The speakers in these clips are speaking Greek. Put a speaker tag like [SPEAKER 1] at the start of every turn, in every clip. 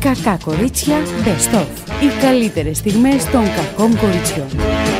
[SPEAKER 1] Κακά κορίτσια Best of. Οι καλύτερες στιγμές των κακών κοριτσιών.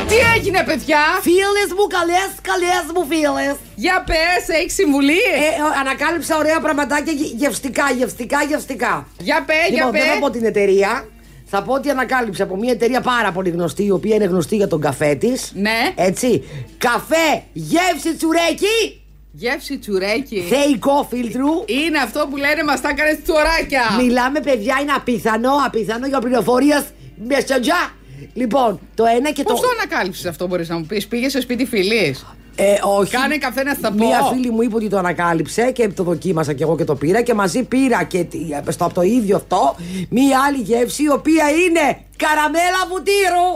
[SPEAKER 2] Τι έγινε, παιδιά!
[SPEAKER 3] Φίλες μου, καλές, καλές μου φίλες.
[SPEAKER 2] Για πες, έχεις συμβουλή!
[SPEAKER 3] Ε, ε, ανακάλυψα ωραία πραγματάκια γε- γευστικά, γευστικά, γευστικά.
[SPEAKER 2] για πε, Ε, για
[SPEAKER 3] λοιπόν,
[SPEAKER 2] πε!
[SPEAKER 3] δεν θα πω την εταιρεία. Θα πω ότι ανακάλυψα από μια εταιρεία πάρα πολύ γνωστή, η οποία είναι γνωστή για τον καφέ της.
[SPEAKER 2] Ναι.
[SPEAKER 3] Έτσι. Καφέ γεύση τσουρέκι.
[SPEAKER 2] Γεύση τσουρέκι.
[SPEAKER 3] Θεϊκό φίλτρου.
[SPEAKER 2] Είναι αυτό που λένε μας τα έκανε τσουράκια.
[SPEAKER 3] Μιλάμε, παιδιά, είναι απίθανο, απίθανο για πληροφορία. Μεσεντζά. Λοιπόν, το ένα και
[SPEAKER 2] Πώ
[SPEAKER 3] το.
[SPEAKER 2] το ανακάλυψες αυτό, μπορείς να μου πεις. Πήγες σε σπίτι φιλής.
[SPEAKER 3] Ε, όχι.
[SPEAKER 2] Κάνε καφέ να στα πω.
[SPEAKER 3] Μία φίλη μου είπε ότι το ανακάλυψε και το δοκίμασα και εγώ και το πήρα και μαζί πήρα και τι- στο, από το ίδιο αυτό μία άλλη γεύση η οποία είναι καραμέλα βουτύρου.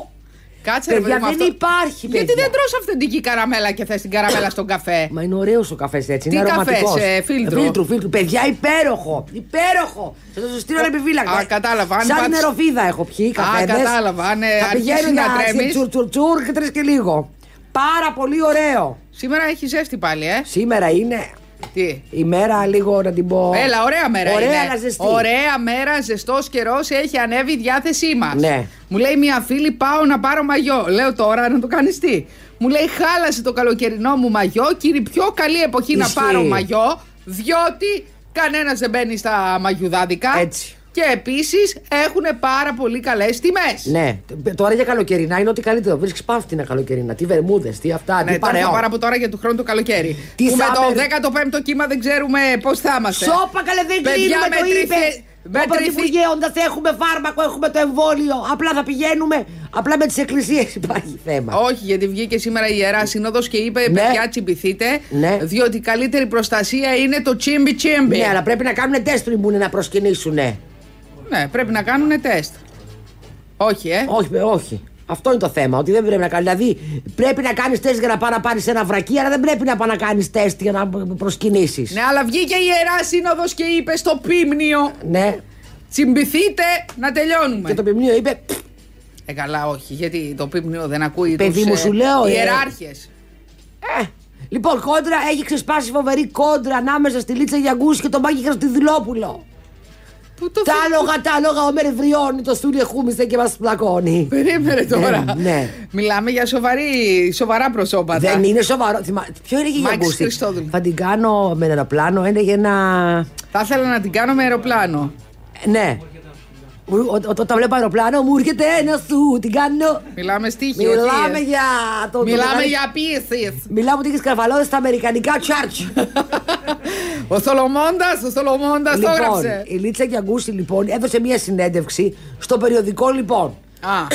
[SPEAKER 2] Κάτσε ρε
[SPEAKER 3] Παιδιά,
[SPEAKER 2] παιδί μου,
[SPEAKER 3] δεν
[SPEAKER 2] αυτό-
[SPEAKER 3] υπάρχει,
[SPEAKER 2] Γιατί
[SPEAKER 3] παιδιά.
[SPEAKER 2] δεν τρως αυθεντική καραμέλα και θες την καραμέλα στον καφέ.
[SPEAKER 3] Μα είναι ωραίος ο καφές έτσι,
[SPEAKER 2] Τι
[SPEAKER 3] είναι
[SPEAKER 2] καφές,
[SPEAKER 3] αρωματικός.
[SPEAKER 2] ε, φίλτρο.
[SPEAKER 3] φίλτρου, φίλτρου. Παιδιά, υπέροχο. Υπέροχο. Θα το στείλω ανεπιφύλακτα.
[SPEAKER 2] Α, κατάλαβα. Αν
[SPEAKER 3] Σαν
[SPEAKER 2] πάτς-
[SPEAKER 3] νεροφίδα έχω πιει καφέδες.
[SPEAKER 2] κατάλαβα. Αν, ε,
[SPEAKER 3] Θα
[SPEAKER 2] αρχίσεις
[SPEAKER 3] πηγαίνουν
[SPEAKER 2] να
[SPEAKER 3] να
[SPEAKER 2] τρέμεις.
[SPEAKER 3] τσουρ, τσουρ, τσουρ και τρεις και λίγο. Πάρα πολύ ωραίο.
[SPEAKER 2] Σήμερα έχει ζέστη πάλι, ε.
[SPEAKER 3] Σήμερα είναι
[SPEAKER 2] Τι.
[SPEAKER 3] η μέρα λίγο να την πω.
[SPEAKER 2] Έλα, ωραία μέρα
[SPEAKER 3] Ωραία,
[SPEAKER 2] είναι.
[SPEAKER 3] αλλά ζεστή.
[SPEAKER 2] Ωραία μέρα, ζεστός καιρός, έχει ανέβει η διάθεσή μας.
[SPEAKER 3] Ναι.
[SPEAKER 2] Μου λέει μια φίλη, πάω να πάρω μαγιό. Λέω τώρα να το κάνεις τι. Μου λέει, χάλασε το καλοκαιρινό μου μαγιό και είναι η πιο καλή εποχή
[SPEAKER 3] Ισχύει.
[SPEAKER 2] να πάρω μαγιό, διότι κανένας δεν μπαίνει στα μαγιουδάδικα.
[SPEAKER 3] Έτσι.
[SPEAKER 2] Και επίσης έχουν πάρα πολύ καλές τιμές.
[SPEAKER 3] Ναι. Τώρα για καλοκαιρινά είναι ό,τι καλύτερο. Βρίσκεις παύτινα καλοκαιρινά. Τι βερμούδες, τι αυτά, τι
[SPEAKER 2] Ναι, τώρα
[SPEAKER 3] παρεό.
[SPEAKER 2] θα πάρω από τώρα για του χρόνου το καλοκαίρι.
[SPEAKER 3] Τι
[SPEAKER 2] που με
[SPEAKER 3] θα με-
[SPEAKER 2] το 15ο κύμα δεν ξέρουμε πώς θα είμαστε.
[SPEAKER 3] Σόπα καλέ δεν
[SPEAKER 2] Παιδιά,
[SPEAKER 3] κλείνουμε το
[SPEAKER 2] μετρηθεί-
[SPEAKER 3] είπε. Με
[SPEAKER 2] μετρηθεί-
[SPEAKER 3] Πρωθυπουργέοντα έχουμε φάρμακο, έχουμε το εμβόλιο. Απλά θα πηγαίνουμε. Απλά με τις εκκλησίες υπάρχει θέμα.
[SPEAKER 2] Όχι, γιατί βγήκε σήμερα η Ιερά Σύνοδος και είπε:
[SPEAKER 3] Ναι.
[SPEAKER 2] Παιδιά, τσιμπηθείτε.
[SPEAKER 3] Ναι.
[SPEAKER 2] Διότι η καλύτερη προστασία είναι το τσιμπι τσιμπι.
[SPEAKER 3] Ναι, αλλά πρέπει να κάνουν τεστ πριν μπουν να προσκυνήσουνε.
[SPEAKER 2] Ναι, πρέπει να κάνουν τεστ. Όχι, ε.
[SPEAKER 3] Όχι, ε, όχι. Αυτό είναι το θέμα. Ότι δεν πρέπει να κάνεις. Δηλαδή πρέπει να κάνεις τεστ για να πάει να πάρεις ένα βρακί, αλλά δεν πρέπει να πάει να κάνεις τεστ για να προσκυνήσεις.
[SPEAKER 2] Ναι, αλλά βγήκε η Ιερά Σύνοδος και είπε στο πίμνιο:
[SPEAKER 3] ναι.
[SPEAKER 2] Τσιμπηθείτε να τελειώνουμε.
[SPEAKER 3] Και το ποιμνίο είπε. «Πφ,
[SPEAKER 2] Ε, καλά, όχι, γιατί το πίμνιο δεν ακούει.
[SPEAKER 3] Παιδί
[SPEAKER 2] τους,
[SPEAKER 3] μου,
[SPEAKER 2] ε,
[SPEAKER 3] σου λέω, ε.
[SPEAKER 2] ιεράρχες.
[SPEAKER 3] Ε, λοιπόν, κόντρα έχει ξεσπάσει φοβερή κόντρα ανάμεσα στη Λίτσα Γιαγκούση και τον Μάκη Χραστιδηλόπουλο.
[SPEAKER 2] Πού το
[SPEAKER 3] Τα
[SPEAKER 2] φ-
[SPEAKER 3] άλογα, τα άλογα, ο Μερβριώνει, το στούλιο χούμισε και μας πλακώνει.
[SPEAKER 2] Περίμενε τώρα.
[SPEAKER 3] ναι.
[SPEAKER 2] Μιλάμε για σοβαρή, σοβαρά προσώπατα.
[SPEAKER 3] Δεν είναι σοβαρό. Θυμά... Ποιο είναι η
[SPEAKER 2] Μάκης
[SPEAKER 3] Γιαγκούση.
[SPEAKER 2] Χριστόδουλου.
[SPEAKER 3] Θα την κάνω με ένα αεροπλάνο, είναι για ένα.
[SPEAKER 2] Θα ήθελα να την κάνω με αεροπλάνο.
[SPEAKER 3] Ε, Ναι. Μου- ό- ό- Όταν βλέπω αεροπλάνο, μου έρχεται ένα σου, την κάνω.
[SPEAKER 2] Μιλάμε στοίχη. όχι,
[SPEAKER 3] Μιλάμε
[SPEAKER 2] ε.
[SPEAKER 3] για. το- το
[SPEAKER 2] Μιλάμε
[SPEAKER 3] μεγάλο-
[SPEAKER 2] για πίεσης.
[SPEAKER 3] Μιλάμε ότι έχει σκαρφαλώσει στα αμερικανικά τσάρτ.
[SPEAKER 2] Ο Θολομώντα, ο Θολομώντα το
[SPEAKER 3] λοιπόν,
[SPEAKER 2] έγραψε.
[SPEAKER 3] η Λίτσα Γιαγκούση λοιπόν έδωσε μία συνέντευξη στο περιοδικό λοιπόν.
[SPEAKER 2] Α,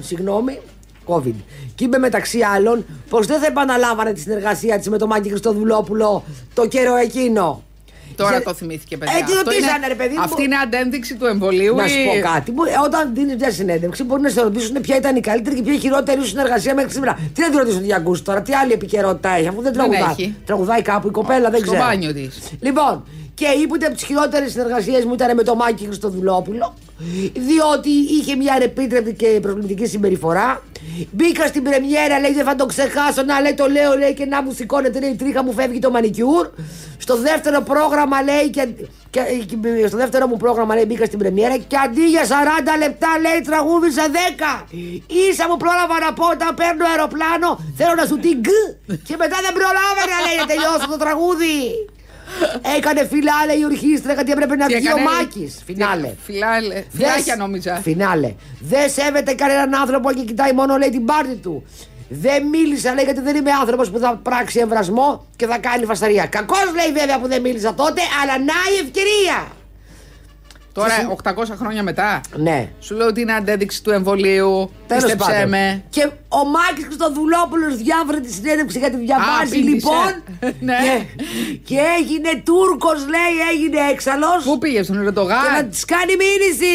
[SPEAKER 3] συγγνώμη, COVID. Και είπε μεταξύ άλλων πως δεν θα επαναλάβανε τη συνεργασία της με τον Μάκη Χριστοδουλόπουλο το καιρό εκείνο.
[SPEAKER 2] τώρα
[SPEAKER 3] Για-
[SPEAKER 2] το θυμήθηκε, παιδιά.
[SPEAKER 3] Ε, τι
[SPEAKER 2] Αυτό
[SPEAKER 3] ρωτήσανε,
[SPEAKER 2] είναι-
[SPEAKER 3] ρε παιδί μου.
[SPEAKER 2] Αυτή είναι αντένδειξη του εμβολίου.
[SPEAKER 3] Να σου
[SPEAKER 2] ή-
[SPEAKER 3] πω κάτι. Μπο- ε, Όταν δίνει μια συνέντευξη, μπορεί να σε ρωτήσουν ποια ήταν η καλύτερη και ποια η χειρότερη σου συνεργασία μέχρι σήμερα. Τι να τη ρωτήσουν για ακούσει τώρα, τι άλλη επικαιρότητα έχει, αφού δεν
[SPEAKER 2] Δεν
[SPEAKER 3] τραγουδάει.
[SPEAKER 2] έχει.
[SPEAKER 3] Τραγουδάει κάπου η κοπέλα, δεν
[SPEAKER 2] στο
[SPEAKER 3] ξέρω.
[SPEAKER 2] μπάνιο της.
[SPEAKER 3] Λοιπόν, και είπε ότι από τις χειρότερες συνεργασίες μου ήταν με τον Μάκη Χριστοδουλόπουλο, διότι είχε μια ανεπίτρεπτη και προσβλητική συμπεριφορά. Μπήκα στην πρεμιέρα, λέει δεν θα το ξεχάσω, να λέει το λέω, λέει και να μου σηκώνεται, λέει η τρίχα μου φεύγει το μανικιούρ. Στο δεύτερο πρόγραμμα, λέει, και, και, και- στο δεύτερο μου πρόγραμμα, λέει, μπήκα στην πρεμιέρα και αντί για 40 λεπτά, λέει, τραγούδισα 10. Ίσα μου πρόλαβα να πω όταν παίρνω αεροπλάνο, θέλω να σου την γκ. Και μετά δεν προλάβαινα, λέει, να τελειώσω το τραγούδι. Έκανε φινάλε η ορχήστρα γιατί έπρεπε να
[SPEAKER 2] Τι
[SPEAKER 3] βγει ο
[SPEAKER 2] έκανε?
[SPEAKER 3] Μάκης.
[SPEAKER 2] Τι-
[SPEAKER 3] Φινάλε.
[SPEAKER 2] Φιλάλε.
[SPEAKER 3] Δεν-
[SPEAKER 2] Φιλάκια νόμιζα.
[SPEAKER 3] Φινάλε. Δεν σέβεται κανέναν άνθρωπο και κοιτάει μόνο λέει την πάρτη του. Δεν μίλησα λέει γιατί δεν είμαι άνθρωπος που θα πράξει εμβρασμό και θα κάνει φασαρία. Κακός λέει βέβαια που δεν μίλησα τότε, αλλά να η ευκαιρία.
[SPEAKER 2] Τώρα, 800 χρόνια μετά.
[SPEAKER 3] Ναι.
[SPEAKER 2] Σου λέω ότι είναι αντένδειξη του εμβολίου.
[SPEAKER 3] Τέλος
[SPEAKER 2] Πίστεψέ με.
[SPEAKER 3] Και ο Μάκης Χρυστοδουλόπουλο διάβρε τη συνέντευξη γιατί διαβάζει
[SPEAKER 2] πήδησε.
[SPEAKER 3] λοιπόν.
[SPEAKER 2] Ναι.
[SPEAKER 3] Και έγινε Τούρκος, λέει, έγινε έξαλλος.
[SPEAKER 2] Πού πήγε στον
[SPEAKER 3] Και να
[SPEAKER 2] Ερντογάν.
[SPEAKER 3] της κάνει μήνυση.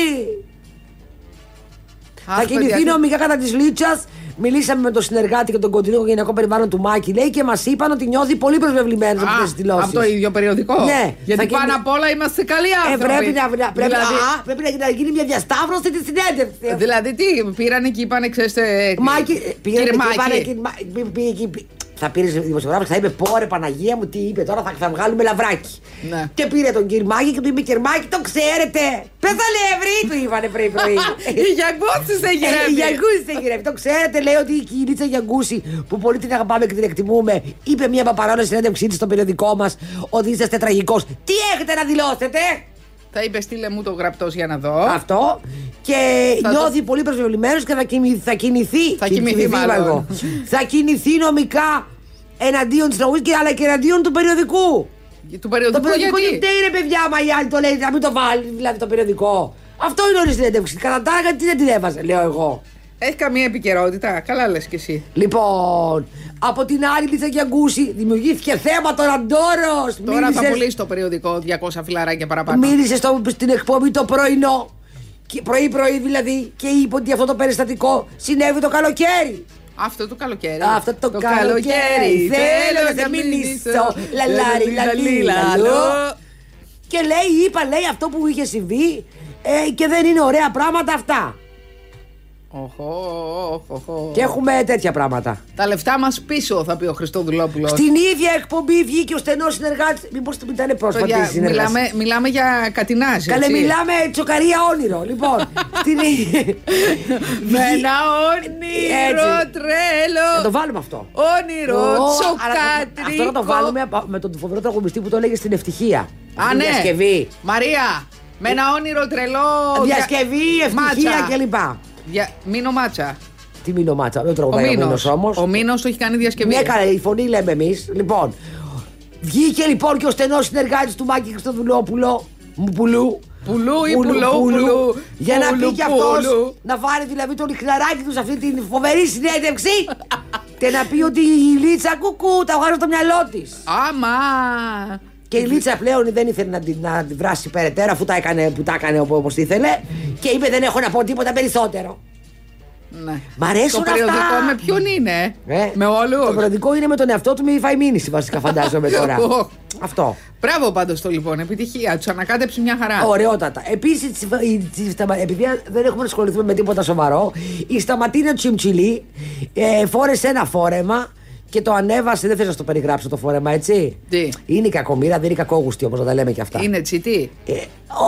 [SPEAKER 2] Αχ,
[SPEAKER 3] Θα
[SPEAKER 2] παιδιά,
[SPEAKER 3] κινηθεί νομικά κατά της λίτσας. Μιλήσαμε με τον συνεργάτη και τον κοντινό οικογενειακό περιβάλλον του Μάκη, λέει, και μας είπαν ότι νιώθει πολύ προσβεβλημένος
[SPEAKER 2] Α,
[SPEAKER 3] από τις δηλώσεις.
[SPEAKER 2] από το ίδιο περιοδικό.
[SPEAKER 3] Ναι.
[SPEAKER 2] Γιατί
[SPEAKER 3] Θα κινη- Ε,
[SPEAKER 2] πάνω απ' όλα είμαστε καλοί άνθρωποι.
[SPEAKER 3] πρέπει να, να- πρέπει,
[SPEAKER 2] Δηλαδή-
[SPEAKER 3] α, πρέπει να, να γίνει μια διασταύρωση της συνέντευξης.
[SPEAKER 2] Δηλαδή τι, Ε, πήρανε και είπανε, ξέρετε.
[SPEAKER 3] Μάκη, ε, πήγε
[SPEAKER 2] κύριε Μάκη.
[SPEAKER 3] εκεί, πάνε εκεί, μα- πή- πή- εκεί, πή- θα πήρε δημοσιογράφος, θα είπε Πόρε Παναγία μου, τι είπε τώρα, θα, θα βγάλουμε λαβράκι.
[SPEAKER 2] Ναι.
[SPEAKER 3] Και πήρε τον Κυρμάκη και του είπε Κυρμάκη, το ξέρετε. Πεθαλεύρη, του είπανε πριν πρωί.
[SPEAKER 2] Η γιαγκούτσι δεν
[SPEAKER 3] Ε, Η
[SPEAKER 2] γυρεύει.
[SPEAKER 3] Γιαγκούση δεν γυρεύει. Το ξέρετε, λέει ότι η Κιλίτσα Γιαγκούση, που πολύ την αγαπάμε και την εκτιμούμε, είπε μια παπαράνα συνέντευξή της στο περιοδικό μας ότι είσαστε τραγικός. Τι έχετε να δηλώσετε!
[SPEAKER 2] Θα είπε στείλε μου το γραπτό για να δω.
[SPEAKER 3] Αυτό. Και
[SPEAKER 2] Θα το-
[SPEAKER 3] νιώθει πολύ προσβεβλημένος και θα, κοιμη... θα κινηθεί.
[SPEAKER 2] Θα
[SPEAKER 3] κοι-
[SPEAKER 2] κοιμηθεί,
[SPEAKER 3] είπα
[SPEAKER 2] μάλλον.
[SPEAKER 3] εγώ. θα κινηθεί νομικά εναντίον της νομική αλλά και εναντίον του περιοδικού.
[SPEAKER 2] Του
[SPEAKER 3] Το
[SPEAKER 2] περιοδικού
[SPEAKER 3] περιοδικό γιατί
[SPEAKER 2] Ε, γιατί.
[SPEAKER 3] είναι παιδιά, μα οι άλλοι το λέει, να μην το βάλει δηλαδή το περιοδικό. Αυτό είναι όλη η συνέντευξη. Κατά τα άλλα, τι δεν την έβαζε, λέω εγώ.
[SPEAKER 2] Έχει καμία επικαιρότητα. Καλά λες κι εσύ.
[SPEAKER 3] Λοιπόν, από την άλλη Λίτσα Γιαγκούση δημιουργήθηκε θέμα τώρα ντόρος.
[SPEAKER 2] Τώρα θα
[SPEAKER 3] Μίλησε-
[SPEAKER 2] πουλήσει το περιοδικό 200 φιλαράκια παραπάνω.
[SPEAKER 3] Μίλησε στο, στην εκπομπή το πρωινό. Και Πρωί-πρωί δηλαδή και είπε ότι αυτό το περιστατικό συνέβη το καλοκαίρι.
[SPEAKER 2] Αυτό το καλοκαίρι.
[SPEAKER 3] Αυτό το, καλοκαίρι, θέλω να σε μιλήσω. Λαλάρι, λαλί, λαλό. Και λέει, είπα, λέει αυτό που είχε συμβεί ε, και δεν είναι ωραία πράγματα αυτά.
[SPEAKER 2] Οχο, οχο, οχο.
[SPEAKER 3] Και έχουμε τέτοια πράγματα.
[SPEAKER 2] Τα λεφτά μας πίσω, θα πει ο Χριστοδουλόπουλο.
[SPEAKER 3] Στην ίδια εκπομπή βγήκε ο στενός συνεργάτης. Μήπως ήταν πρόσφατη η συνεργασία.
[SPEAKER 2] μιλάμε, μιλάμε για κατηνάζει.
[SPEAKER 3] Καλέ,
[SPEAKER 2] έτσι.
[SPEAKER 3] μιλάμε τσοκαρία όνειρο. Λοιπόν, στην.
[SPEAKER 2] Με ένα
[SPEAKER 3] Έτσι.
[SPEAKER 2] όνειρο
[SPEAKER 3] Θα το
[SPEAKER 2] τρέλο.
[SPEAKER 3] βάλουμε αυτό.
[SPEAKER 2] Όνειρο
[SPEAKER 3] Ω, αλλά
[SPEAKER 2] τσοκάτρικο.
[SPEAKER 3] Αυτό να το βάλουμε απα- με τον φοβερό τραγουδιστή που το έλεγε στην ευτυχία.
[SPEAKER 2] Α,
[SPEAKER 3] Στην
[SPEAKER 2] ναι.
[SPEAKER 3] Διασκευή.
[SPEAKER 2] Μαρία, με ένα όνειρο τρελό.
[SPEAKER 3] Διασκευή,
[SPEAKER 2] δια-
[SPEAKER 3] ευτυχία
[SPEAKER 2] Μάτσα.
[SPEAKER 3] κλπ.
[SPEAKER 2] Δια... Μίνο Μάτσα.
[SPEAKER 3] Τι μήνο μάτσα. Δεν
[SPEAKER 2] Ο
[SPEAKER 3] τραγουδάει ο
[SPEAKER 2] Μίνο.
[SPEAKER 3] μήνο όμως.
[SPEAKER 2] Ο Μίνο το έχει κάνει διασκευή.
[SPEAKER 3] Μια καλά, η φωνή λέμε εμείς. Λοιπόν, βγήκε λοιπόν και ο στενός συνεργάτης του Μάκη Χριστοδουλόπουλο. Μπουλού.
[SPEAKER 2] Πουλού ή πουλό, πουλού.
[SPEAKER 3] Για να
[SPEAKER 2] Πουλού,
[SPEAKER 3] πει και αυτός
[SPEAKER 2] πουλού.
[SPEAKER 3] να βάλει δηλαδή τον ιχναράκι του σε αυτή την φοβερή συνέντευξη. και να πει ότι η Λίτσα κουκού τα βγάζω στο μυαλό της.
[SPEAKER 2] Άμα.
[SPEAKER 3] Και η Λίτσα πλέον δεν ήθελε να την, να την βράσει περαιτέρω αφού τα έκανε, που τα έκανε όπως ήθελε. Και είπε: Δεν έχω να πω τίποτα περισσότερο.
[SPEAKER 2] Ναι.
[SPEAKER 3] Μ' αρέσουν
[SPEAKER 2] Το περιοδικό
[SPEAKER 3] αυτά.
[SPEAKER 2] με ποιον είναι.
[SPEAKER 3] Ε,
[SPEAKER 2] Με
[SPEAKER 3] Το
[SPEAKER 2] όλου.
[SPEAKER 3] προεδρικό είναι με τον εαυτό του με η μήνυση βασικά, φαντάζομαι τώρα.
[SPEAKER 2] Ω.
[SPEAKER 3] Αυτό.
[SPEAKER 2] Μπράβο πάντως το λοιπόν. Επιτυχία. Τους ανακάτεψε μια χαρά.
[SPEAKER 3] Ωραιότατα. Επίσης, επειδή δεν έχουμε να ασχοληθούμε με τίποτα σοβαρό, η Σταματίνα Τσιμτσιλή ε, φόρεσε ένα φόρεμα και το ανέβασε. Δεν θέλω να το περιγράψω το φόρεμα, έτσι.
[SPEAKER 2] Τι?
[SPEAKER 3] Είναι κακομήρα, δεν είναι κακόγουστη όπως να τα λέμε και αυτά.
[SPEAKER 2] Είναι τσιτή.
[SPEAKER 3] Ε,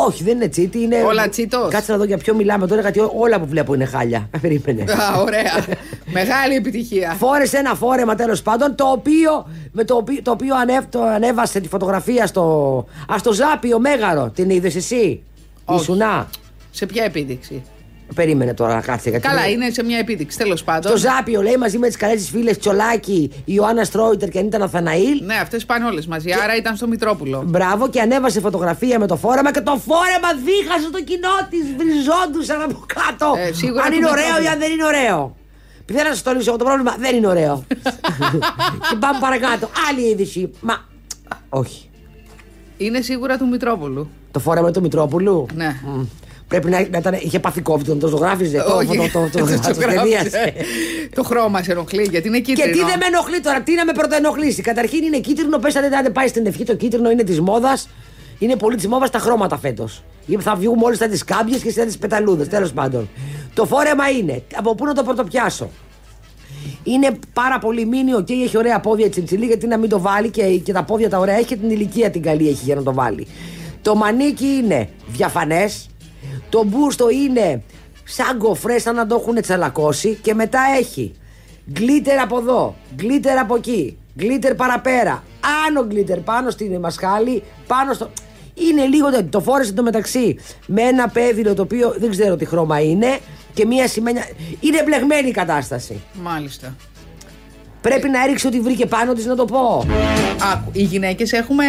[SPEAKER 3] όχι, δεν είναι τσίτη, είναι.
[SPEAKER 2] Όλα τσίτος.
[SPEAKER 3] Κάτσε να δω για ποιο μιλάμε τώρα, γιατί ό- όλα που βλέπω είναι χάλια. Περίμενε.
[SPEAKER 2] Α, ωραία. Μεγάλη επιτυχία.
[SPEAKER 3] Φόρεσε ένα φόρεμα τέλος πάντων, το οποίο, με το οποίο, το οποίο ανέβ- το ανέβασε τη φωτογραφία στο. Α το ζάπι, ο Μέγαρο. Την είδες εσύ.
[SPEAKER 2] Όχι.
[SPEAKER 3] Ισουνά.
[SPEAKER 2] Σε ποια επίδειξη.
[SPEAKER 3] Περίμενε τώρα, κάτσε γιατί.
[SPEAKER 2] Καλά, είναι σε μια επίδειξη. Τέλος
[SPEAKER 3] Στο
[SPEAKER 2] πάντων.
[SPEAKER 3] Ζάπιο λέει μαζί με τις καλές της φίλες Τσολάκη, Ιωάννα Στρόιτερ και Ανίτα Ναθαναήλ.
[SPEAKER 2] Ναι, αυτές πάνε όλες μαζί. Άρα ήταν στο Μητρόπουλο.
[SPEAKER 3] Μπράβο και ανέβασε φωτογραφία με το φόρεμα και το φόρεμα δίχασε το κοινό της. Βριζόντουσαν από κάτω.
[SPEAKER 2] Ε, σίγουρα
[SPEAKER 3] αν
[SPEAKER 2] του
[SPEAKER 3] είναι ωραίο ή
[SPEAKER 2] Μητρόπουλου.
[SPEAKER 3] αν δεν είναι ωραίο. Επειδή να σας το λύσω εγώ το πρόβλημα, δεν είναι ωραίο. και πάμε παρακάτω. Άλλη είδηση. Μα. Όχι.
[SPEAKER 2] Είναι σίγουρα του Μητρόπουλου.
[SPEAKER 3] Το φόρεμα του Μητρόπουλου.
[SPEAKER 2] Ναι. Ε,
[SPEAKER 3] Μμ. Πρέπει να, να ήταν. Είχε πάθει COVID, τον το ζωγράφιζε. Το,
[SPEAKER 2] Όχι,
[SPEAKER 3] το, το, το,
[SPEAKER 2] το
[SPEAKER 3] το,
[SPEAKER 2] γράψε. Το χρώμα σε ενοχλεί γιατί είναι
[SPEAKER 3] Και
[SPEAKER 2] κίτρινο.
[SPEAKER 3] τι δεν με ενοχλεί τώρα, τι να με πρωτοενοχλήσει. Καταρχήν είναι κίτρινο, πες αν δεν πάει στην ευχή, το κίτρινο είναι της μόδας. Είναι πολύ της μόδας τα χρώματα φέτος. Θα βγουν όλε τα τις κάμπιες και στα τις πεταλούδες, τέλος πάντων. Το φόρεμα είναι, από πού να το πρωτοπιάσω. Είναι πάρα πολύ μήνυο και έχει ωραία πόδια η τσιμτσιλή, γιατί να μην το βάλει και, και τα πόδια τα ωραία έχει και την ηλικία την καλή έχει για να το βάλει. Το μανίκι είναι διαφανές. Το μπούστο είναι σαν κοφρές, σαν να το έχουν τσαλακώσει. Και μετά έχει γκλίτερ από εδώ, γκλίτερ από εκεί, γκλίτερ παραπέρα. Άνω γκλίτερ, πάνω στην μασχάλη, πάνω στο. Είναι λίγο τέτοιο. Το φόρεσε το μεταξύ με ένα πέδιλο το οποίο δεν ξέρω τι χρώμα είναι και μία σημαίνια. Είναι μπλεγμένη η κατάσταση.
[SPEAKER 2] Μάλιστα.
[SPEAKER 3] Πρέπει να έριξε ό,τι βρήκε πάνω της, να το πω.
[SPEAKER 2] Άκου, οι γυναίκες έχουμε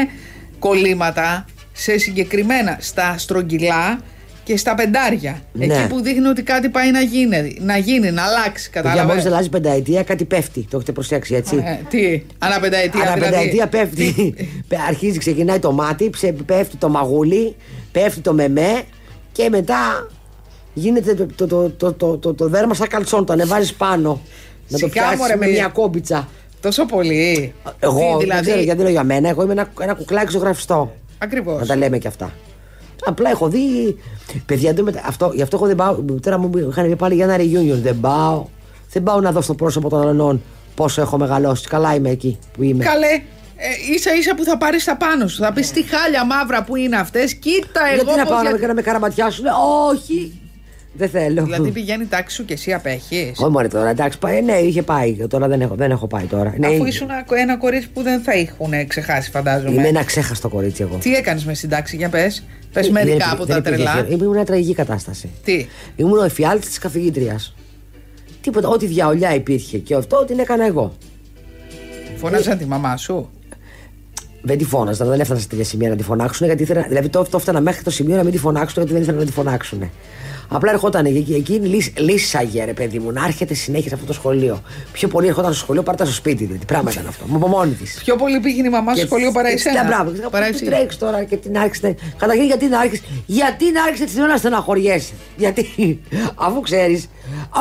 [SPEAKER 2] κολλήματα σε συγκεκριμένα, στα στρογγυλά και στα πεντάρια.
[SPEAKER 3] Ναι.
[SPEAKER 2] Εκεί που δείχνει ότι κάτι πάει να γίνει, να, γίνει, να αλλάξει.
[SPEAKER 3] Για μόλι
[SPEAKER 2] Κατάλαβε.
[SPEAKER 3] αλλάζει πενταετία, κάτι πέφτει. Το έχετε προσέξει, έτσι.
[SPEAKER 2] Ε, τι, αναπενταετία.
[SPEAKER 3] Αλλά
[SPEAKER 2] δηλαδή.
[SPEAKER 3] πενταετία πέφτει. Πε- Αρχίζει, ξεκινάει το μάτι, ψε- πέφτει το μαγούλι, πέφτει το μεμέ και μετά γίνεται το, το, το, το, το, το, το δέρμα σαν καλτσόν. Το ανεβάζεις πάνω. Να το
[SPEAKER 2] Σιγά, μωρέ,
[SPEAKER 3] πιάσει με
[SPEAKER 2] παιδί.
[SPEAKER 3] μια κόμπιτσα.
[SPEAKER 2] Τόσο πολύ.
[SPEAKER 3] Εγώ
[SPEAKER 2] Τι,
[SPEAKER 3] δεν ξέρω
[SPEAKER 2] δηλαδή.
[SPEAKER 3] γιατί λέω για μένα. Εγώ είμαι ένα, ένα κουκλάκι ζωγραφιστό.
[SPEAKER 2] Ακριβώς.
[SPEAKER 3] Να τα λέμε και αυτά. Απλά έχω δει. Παιδιά, εν τω μετα- αυτό, γι' αυτό εγώ δεν πάω. Η μητέρα μου μου είχαν πει πάλι για ένα reunion. Δεν πάω. Δεν πάω να δω στο πρόσωπο των αλλωνών Πόσο έχω μεγαλώσει. Καλά είμαι εκεί που είμαι.
[SPEAKER 2] Καλέ, ε, ίσα ίσα που θα πάρεις τα πάνω σου. Θα πεις τι χάλια μαύρα που είναι αυτές. Κοίτα,
[SPEAKER 3] Ναι. Γιατί
[SPEAKER 2] εγώ.
[SPEAKER 3] να
[SPEAKER 2] πώς
[SPEAKER 3] πάω
[SPEAKER 2] δια-
[SPEAKER 3] να με- να με καραματιάσουν. Όχι. Δεν θέλω.
[SPEAKER 2] Δηλαδή πηγαίνει τάξη σου και εσύ απέχεις.
[SPEAKER 3] Όχι μόνο τώρα, εντάξει, πάει, ναι, είχε πάει. Τώρα δεν έχω, δεν έχω πάει τώρα. Ναι,
[SPEAKER 2] Αφού ήσουν ένα- ένα κορίτσι που δεν θα έχουν ξεχάσει, φαντάζομαι.
[SPEAKER 3] Είμαι ένα ξέχαστο κορίτσι εγώ.
[SPEAKER 2] Τι έκανες με στην τάξη, για πες. Πες
[SPEAKER 3] Δεν
[SPEAKER 2] μερικά
[SPEAKER 3] υπήρχε-
[SPEAKER 2] από
[SPEAKER 3] δεν
[SPEAKER 2] τα
[SPEAKER 3] υπήρχε
[SPEAKER 2] τρελά.
[SPEAKER 3] χέρι. Ήμουν μια τραγική κατάσταση.
[SPEAKER 2] Τι.
[SPEAKER 3] Ήμουν ο εφιάλτης της καθηγήτριας. Τίποτα, ό,τι διαολιά υπήρχε και αυτό την έκανα εγώ.
[SPEAKER 2] Φωνάζαν τη μαμά σου.
[SPEAKER 3] Δεν τη φώναζα, δεν έφτανα σε τέτοια σημεία να τη φωνάξουν. Γιατί ήθελα, δηλαδή το, το έφτανα μέχρι το σημείο να μην τη φωνάξουν, γιατί δεν ήθελα να τη φωνάξουν. Απλά ερχόταν εκεί, εκείνη λύσ, λύσαγε, ρε παιδί μου, να έρχεται συνέχεια σε αυτό το σχολείο. Πιο πολύ ερχόταν στο σχολείο παρά τα στο σπίτι τη. Τι πράγμα ήταν αυτό. Μου από μόνη της.
[SPEAKER 2] Πιο πολύ πήγαινε η μαμά σου σχολείο παρά εσένα.
[SPEAKER 3] Μπράβο,
[SPEAKER 2] Παρά
[SPEAKER 3] παρά
[SPEAKER 2] εσύ.
[SPEAKER 3] τρέξεις τώρα και την άρχισες. Καταρχήν γιατί να άρχισες. Γιατί να άρχισες την ώρα να στεναχωριέσαι. Γιατί, αφού ξέρεις,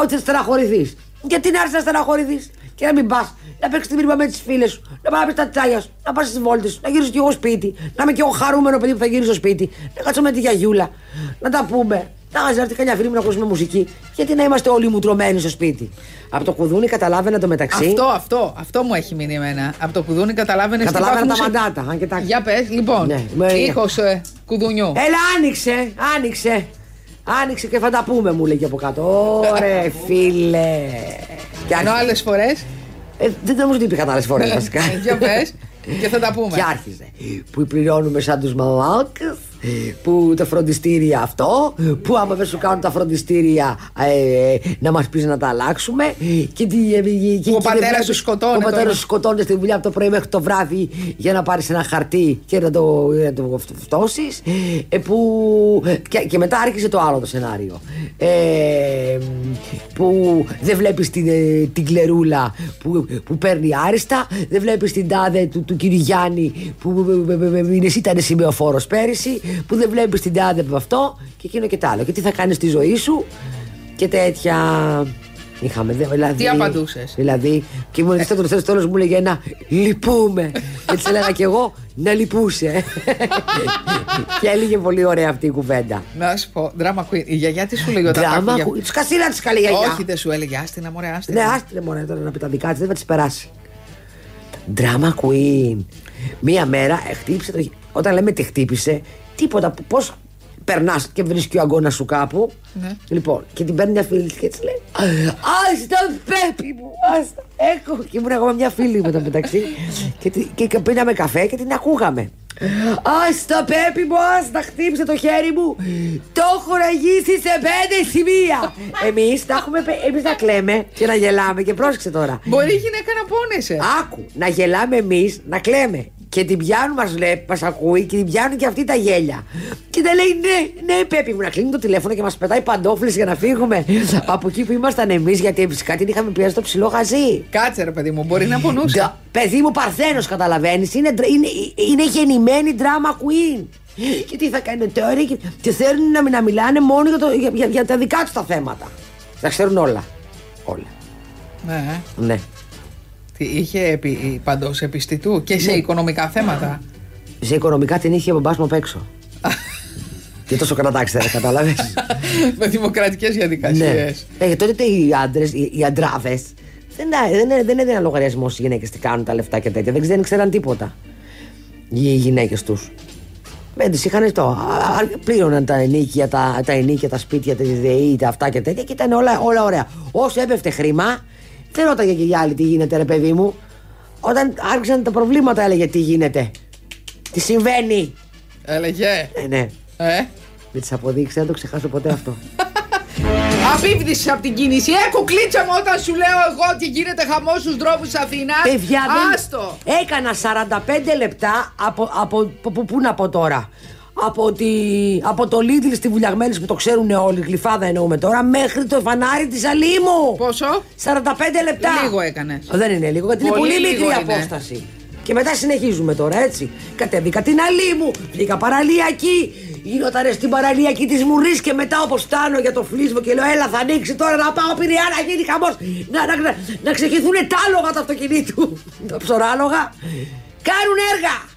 [SPEAKER 3] ότι θα στεναχωρηθείς. Γιατί να άρχισε να στεναχωρηθείς και να μην πας. Να παίξεις την μήνυμα με τις φίλες σου, να πα να πεις τα τσάγια σου, να πας στις βόλτες σου, να γυρίσει κι εγώ σπίτι, να είμαι κι εγώ χαρούμενο παιδί που θα γυρίσω σπίτι, να κάτσω με τη γιαγιούλα, να τα πούμε. Να χάζει να έρθει κανένα φίλη μου να ακούσουμε μουσική. Γιατί να είμαστε όλοι μουτρωμένοι στο σπίτι. Από το κουδούνι καταλάβαινα το μεταξύ.
[SPEAKER 2] Αυτό, αυτό, αυτό μου έχει μείνει εμένα. Από το κουδούνι καταλάβαινε τι
[SPEAKER 3] Καταλάβαινα τα
[SPEAKER 2] βάθμισε-
[SPEAKER 3] μαντάτα, αν κοιτάξει.
[SPEAKER 2] Για πες, λοιπόν.
[SPEAKER 3] Ναι, με-
[SPEAKER 2] ήχος, ε, κουδουνιού.
[SPEAKER 3] Έλα, άνοιξε, άνοιξε. Άνοιξε και θα τα πούμε, μου λέει και από κάτω. Ωρε, φίλε. Και
[SPEAKER 2] Ενώ
[SPEAKER 3] άρχισε.
[SPEAKER 2] άλλε φορές.
[SPEAKER 3] Ε, δεν νομίζω ότι υπήρχαν άλλες φορές Ναι, βασικά.
[SPEAKER 2] Ναι. Ε, Για πες. Και θα τα πούμε.
[SPEAKER 3] Και άρχιζε. Που πληρώνουμε σαν τους μαλάκε. Που τα φροντιστήρια αυτό. Που άμα δεν σου κάνουν τα φροντιστήρια ε, να μας πεις να τα αλλάξουμε. Και τι. ε, ε, και-
[SPEAKER 2] ο
[SPEAKER 3] και
[SPEAKER 2] πατέρας σου
[SPEAKER 3] δεν βλέπεις-
[SPEAKER 2] σκοτώνεται
[SPEAKER 3] Ο πατέρας
[SPEAKER 2] όλα.
[SPEAKER 3] σου σκοτώνεται στη δουλειά από το πρωί μέχρι το βράδυ για να πάρεις ένα χαρτί και να το, να το φτώσεις. Ε, που... και, και μετά άρχισε το άλλο το σενάριο. Ε, που δεν βλέπεις την, ε, την κλερούλα που, που παίρνει άριστα, δεν βλέπεις την τάδε του, του κύριου Γιάννη που ήταν σημειοφόρο πέρυσι, που δεν βλέπεις την τάδε με αυτό και εκείνο και τ' άλλο. Και τι θα κάνεις στη ζωή σου και τέτοια. Είχαμε, δε- δηλαδή.
[SPEAKER 2] Τι απαντούσες?
[SPEAKER 3] Δηλαδή, και μου έρχεται το τελευταίο στο τέλος μου έλεγε ένα λυπούμε. Και τη έλεγα κι εγώ να λυπούσε. και έλεγε πολύ ωραία αυτή η κουβέντα.
[SPEAKER 2] Να σου πω, drama queen. Η γιαγιά τι σου λέει όταν τα
[SPEAKER 3] Δράμα,
[SPEAKER 2] ακούγε?
[SPEAKER 3] του κασίλα τη καλή γιαγιά.
[SPEAKER 2] Όχι, δεν σου έλεγε. Άστινα, μωρέ,
[SPEAKER 3] Ναι,
[SPEAKER 2] άστινα.
[SPEAKER 3] άστρε μόνο τώρα να πει τα δικά της, δεν θα τη περάσει. Drama queen. Μία μέρα ε, χτύπησε το. χε- Όταν λέμε τη χτύπησε, τίποτα. Πώς περνάς και βρίσκει ο αγκώνα σου κάπου.
[SPEAKER 2] Ναι.
[SPEAKER 3] Λοιπόν, και την παίρνει μια φίλη της και έτσι λέει: Άστα, πέπι μου, άστα. Έχω. Και ήμουν εγώ με μια φίλη μου εδώ μεταξύ. και, τη- και, και πίναμε καφέ και την ακούγαμε. Άστα, πέπι μου, άστα, χτύπησε το χέρι μου. Το έχω ραγίσει σε πέντε σημεία. Εμείς τα έχουμε, πε- εμείς τα κλαίμε και να γελάμε. Και πρόσεξε τώρα.
[SPEAKER 2] Μπορεί η γυναίκα να πόνεσαι.
[SPEAKER 3] Άκου, να γελάμε εμείς, να κλαίμε. Και την πιάνουν, μας βλέπει, μας ακούει και την πιάνουν και αυτή τα γέλια. Και τα λέει, ναι, ναι, Πέπι μου, να κλείνει το τηλέφωνο και μας πετάει παντόφλες για να φύγουμε από εκεί που ήμασταν εμείς, γιατί φυσικά την είχαμε πιάσει στο ψηλό γαζί.
[SPEAKER 2] Κάτσε, ρε παιδί μου, μπορεί να πονούσε.
[SPEAKER 3] Ντα- Παιδί μου, παρθένος, καταλαβαίνεις. Είναι, ντρα- είναι, είναι γεννημένη drama queen. Και τι θα κάνει τώρα, και, και θέλουν να, μην- να μιλάνε μόνο για, το, για, για, για τα δικά τους τα θέματα. Τα ξέρουν όλα. Όλα.
[SPEAKER 2] Ναι.
[SPEAKER 3] Ναι.
[SPEAKER 2] Τι, Είχε επί, παντός επιστητού και
[SPEAKER 3] Ναι.
[SPEAKER 2] σε οικονομικά θέματα.
[SPEAKER 3] Σε οικονομικά την είχε ο μπαμπάς μου απ' έξω. Και τόσο κρατάξτε, κατάλαβες.
[SPEAKER 2] Με δημοκρατικές διαδικασίες.
[SPEAKER 3] Ε, γιατί τότε οι άντρες, οι, οι αντράβες, δεν, δεν, δεν έδιναν λογαριασμό στις γυναίκες τι κάνουν τα λεφτά και τέτοια. Δεν, ξέ- δεν ξέραν τίποτα. Οι Ε, γυναίκες τους. Δεν τις είχαν το. α, α, Πλήρωναν τα ενίκια, τα, τα ενίκια, τα σπίτια, τη ΔΕΗ, τα αυτά και τέτοια και ήταν όλα, όλα ωραία. Όσο έπεφτε χρήμα, δεν ρώταγε και οι άλλοι τι γίνεται, ρε παιδί μου. Όταν άρχισαν τα προβλήματα, έλεγε τι γίνεται. Τι συμβαίνει.
[SPEAKER 2] Έλεγε.
[SPEAKER 3] Ε, ναι.
[SPEAKER 2] Ε.
[SPEAKER 3] Με τις αποδείξεις δεν το ξεχάσω ποτέ αυτό.
[SPEAKER 2] Απίβδησε από την κίνηση. Ε, κουκλίτσα μου, όταν σου λέω εγώ τι γίνεται χαμός στους δρόμους Αθηνά.
[SPEAKER 3] Παιδιά,
[SPEAKER 2] Άστο.
[SPEAKER 3] δεν... έκανα 45 λεπτά από, από, πού- πού, πού να πω τώρα. Από, τη, από το Lidl στη Βουλιαγμένη που το ξέρουν όλοι, γλυφάδα εννοούμε τώρα, μέχρι το φανάρι της Αλήμου.
[SPEAKER 2] Πόσο?
[SPEAKER 3] 45 λεπτά.
[SPEAKER 2] Λίγο έκανες.
[SPEAKER 3] Δεν είναι λίγο, γιατί
[SPEAKER 2] Πολύ
[SPEAKER 3] είναι πολύ
[SPEAKER 2] λίγο
[SPEAKER 3] μικρή
[SPEAKER 2] είναι.
[SPEAKER 3] απόσταση. Και μετά συνεχίζουμε τώρα, έτσι. Κατέβηκα την αλή μου, βγήκα παραλιακή. Γινόταν στην παραλιακή της Μουρής και μετά όπως φτάνω για το φλίσμο και λέω: Έλα, θα ανοίξει τώρα να πάω πειραιά να γίνει χαμός. Να, να, να, να ξεχυθούν τα άλογα του αυτοκινήτου. τα ψωράλογα. Κάνουν έργα.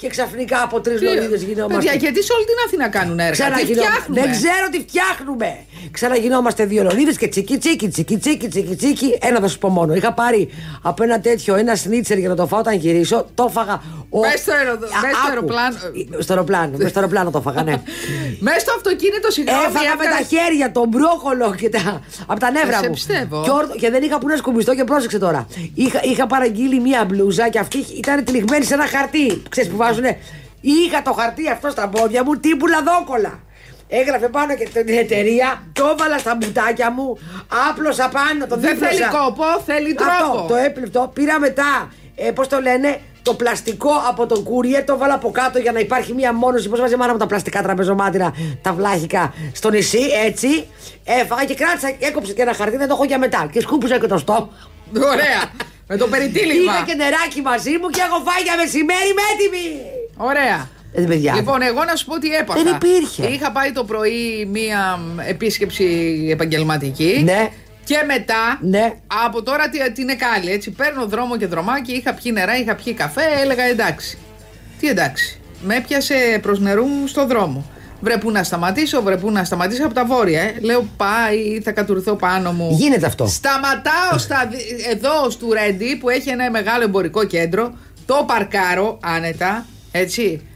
[SPEAKER 3] και ξαφνικά από τρεις
[SPEAKER 2] Τι-
[SPEAKER 3] λωρίδες
[SPEAKER 2] Παιδιά,
[SPEAKER 3] γινόμαστε.
[SPEAKER 2] γιατί σε όλη την Αθήνα κάνουν έργα. Τι
[SPEAKER 3] Ξαναγινόμαστε.
[SPEAKER 2] φτιάχνουμε.
[SPEAKER 3] Δεν ξέρω τι φτιάχνουμε. Ξαναγινόμαστε δύο λωρίδες και τσίκι, τσίκι, τσίκι, τσίκι, τσίκι, τσίκι. Ένα θα σου πω μόνο. Είχα πάρει από ένα τέτοιο ένα σνίτσερ για να το φάω όταν γυρίσω. Το φάγα. Ο...
[SPEAKER 2] Μες στο αερο-
[SPEAKER 3] Α,
[SPEAKER 2] μες στο
[SPEAKER 3] άκου. Ε,
[SPEAKER 2] αεροπλάνο.
[SPEAKER 3] Στο αεροπλάνο. μες στο αεροπλάνο το φάγα, ναι.
[SPEAKER 2] Μέσα στο αυτοκίνητο συγγνώμη.
[SPEAKER 3] Έφαγα με
[SPEAKER 2] έκανες-
[SPEAKER 3] Ε, τα χέρια τον μπρόκολο και τα. από τα νεύρα
[SPEAKER 2] Ε, σε
[SPEAKER 3] μου.
[SPEAKER 2] πιστεύω.
[SPEAKER 3] Και, όρ- και δεν είχα που να σκουμπιστώ και πρόσεξε τώρα. Είχα, είχα παραγγείλει μία μπλούζα και αυτή ήταν τυλιγμένη σε ένα χαρτί. Ξέρεις που βάζουνε. Είχα το χαρτί αυτό στα πόδια μου, τύπουλα δόκολα. Έγραφε πάνω και την εταιρεία, το έβαλα στα μπουτάκια μου, άπλωσα πάνω, το
[SPEAKER 2] Δεν
[SPEAKER 3] δίπλωσα.
[SPEAKER 2] θέλει κόπο, θέλει
[SPEAKER 3] Αυτό,
[SPEAKER 2] τρόπο.
[SPEAKER 3] το ε- έπληκτο. Πήρα μετά, ε, πώς το λένε, το πλαστικό από τον κούριε, το βάλα από κάτω για να υπάρχει μία μόνωση. Πώς βάζει η μάνα μου τα πλαστικά τραπεζομάτινα, τα βλάχικα στο νησί, έτσι. Έφαγα και κράτησα, έκοψε και ένα χαρτί, να το έχω για μετά. Και σκούπισα και το στόμα.
[SPEAKER 2] Ωραία. με το περιτύλιγμα.
[SPEAKER 3] Είχα και νεράκι μαζί μου και έχω φάει για μεσημέρι, είμαι έτοιμη.
[SPEAKER 2] Ωραία.
[SPEAKER 3] Ε, δεν, παιδιά.
[SPEAKER 2] Λοιπόν, εγώ να σου πω τι έπαθα.
[SPEAKER 3] Δεν υπήρχε.
[SPEAKER 2] Είχα πάει το πρωί μία μ, επίσκεψη επαγγελματική.
[SPEAKER 3] Ναι.
[SPEAKER 2] Και μετά,
[SPEAKER 3] Ναι.
[SPEAKER 2] από τώρα τι- την εκάλη, έτσι. Παίρνω δρόμο και δρομάκι, είχα πιει νερά, είχα πιει καφέ, έλεγα εντάξει. Τι εντάξει. Με έπιασε προς νερού στο δρόμο. Βρε που να σταματήσω, βρε που να σταματήσω από τα βόρεια. ε. Λέω πάει, θα κατουρθώ πάνω μου.
[SPEAKER 3] Γίνεται αυτό.
[SPEAKER 2] Σταματάω στα, δι- εδώ στο Ρέντι που έχει ένα μεγάλο εμπορικό κέντρο. Το παρκάρω άνετα. Έτσι.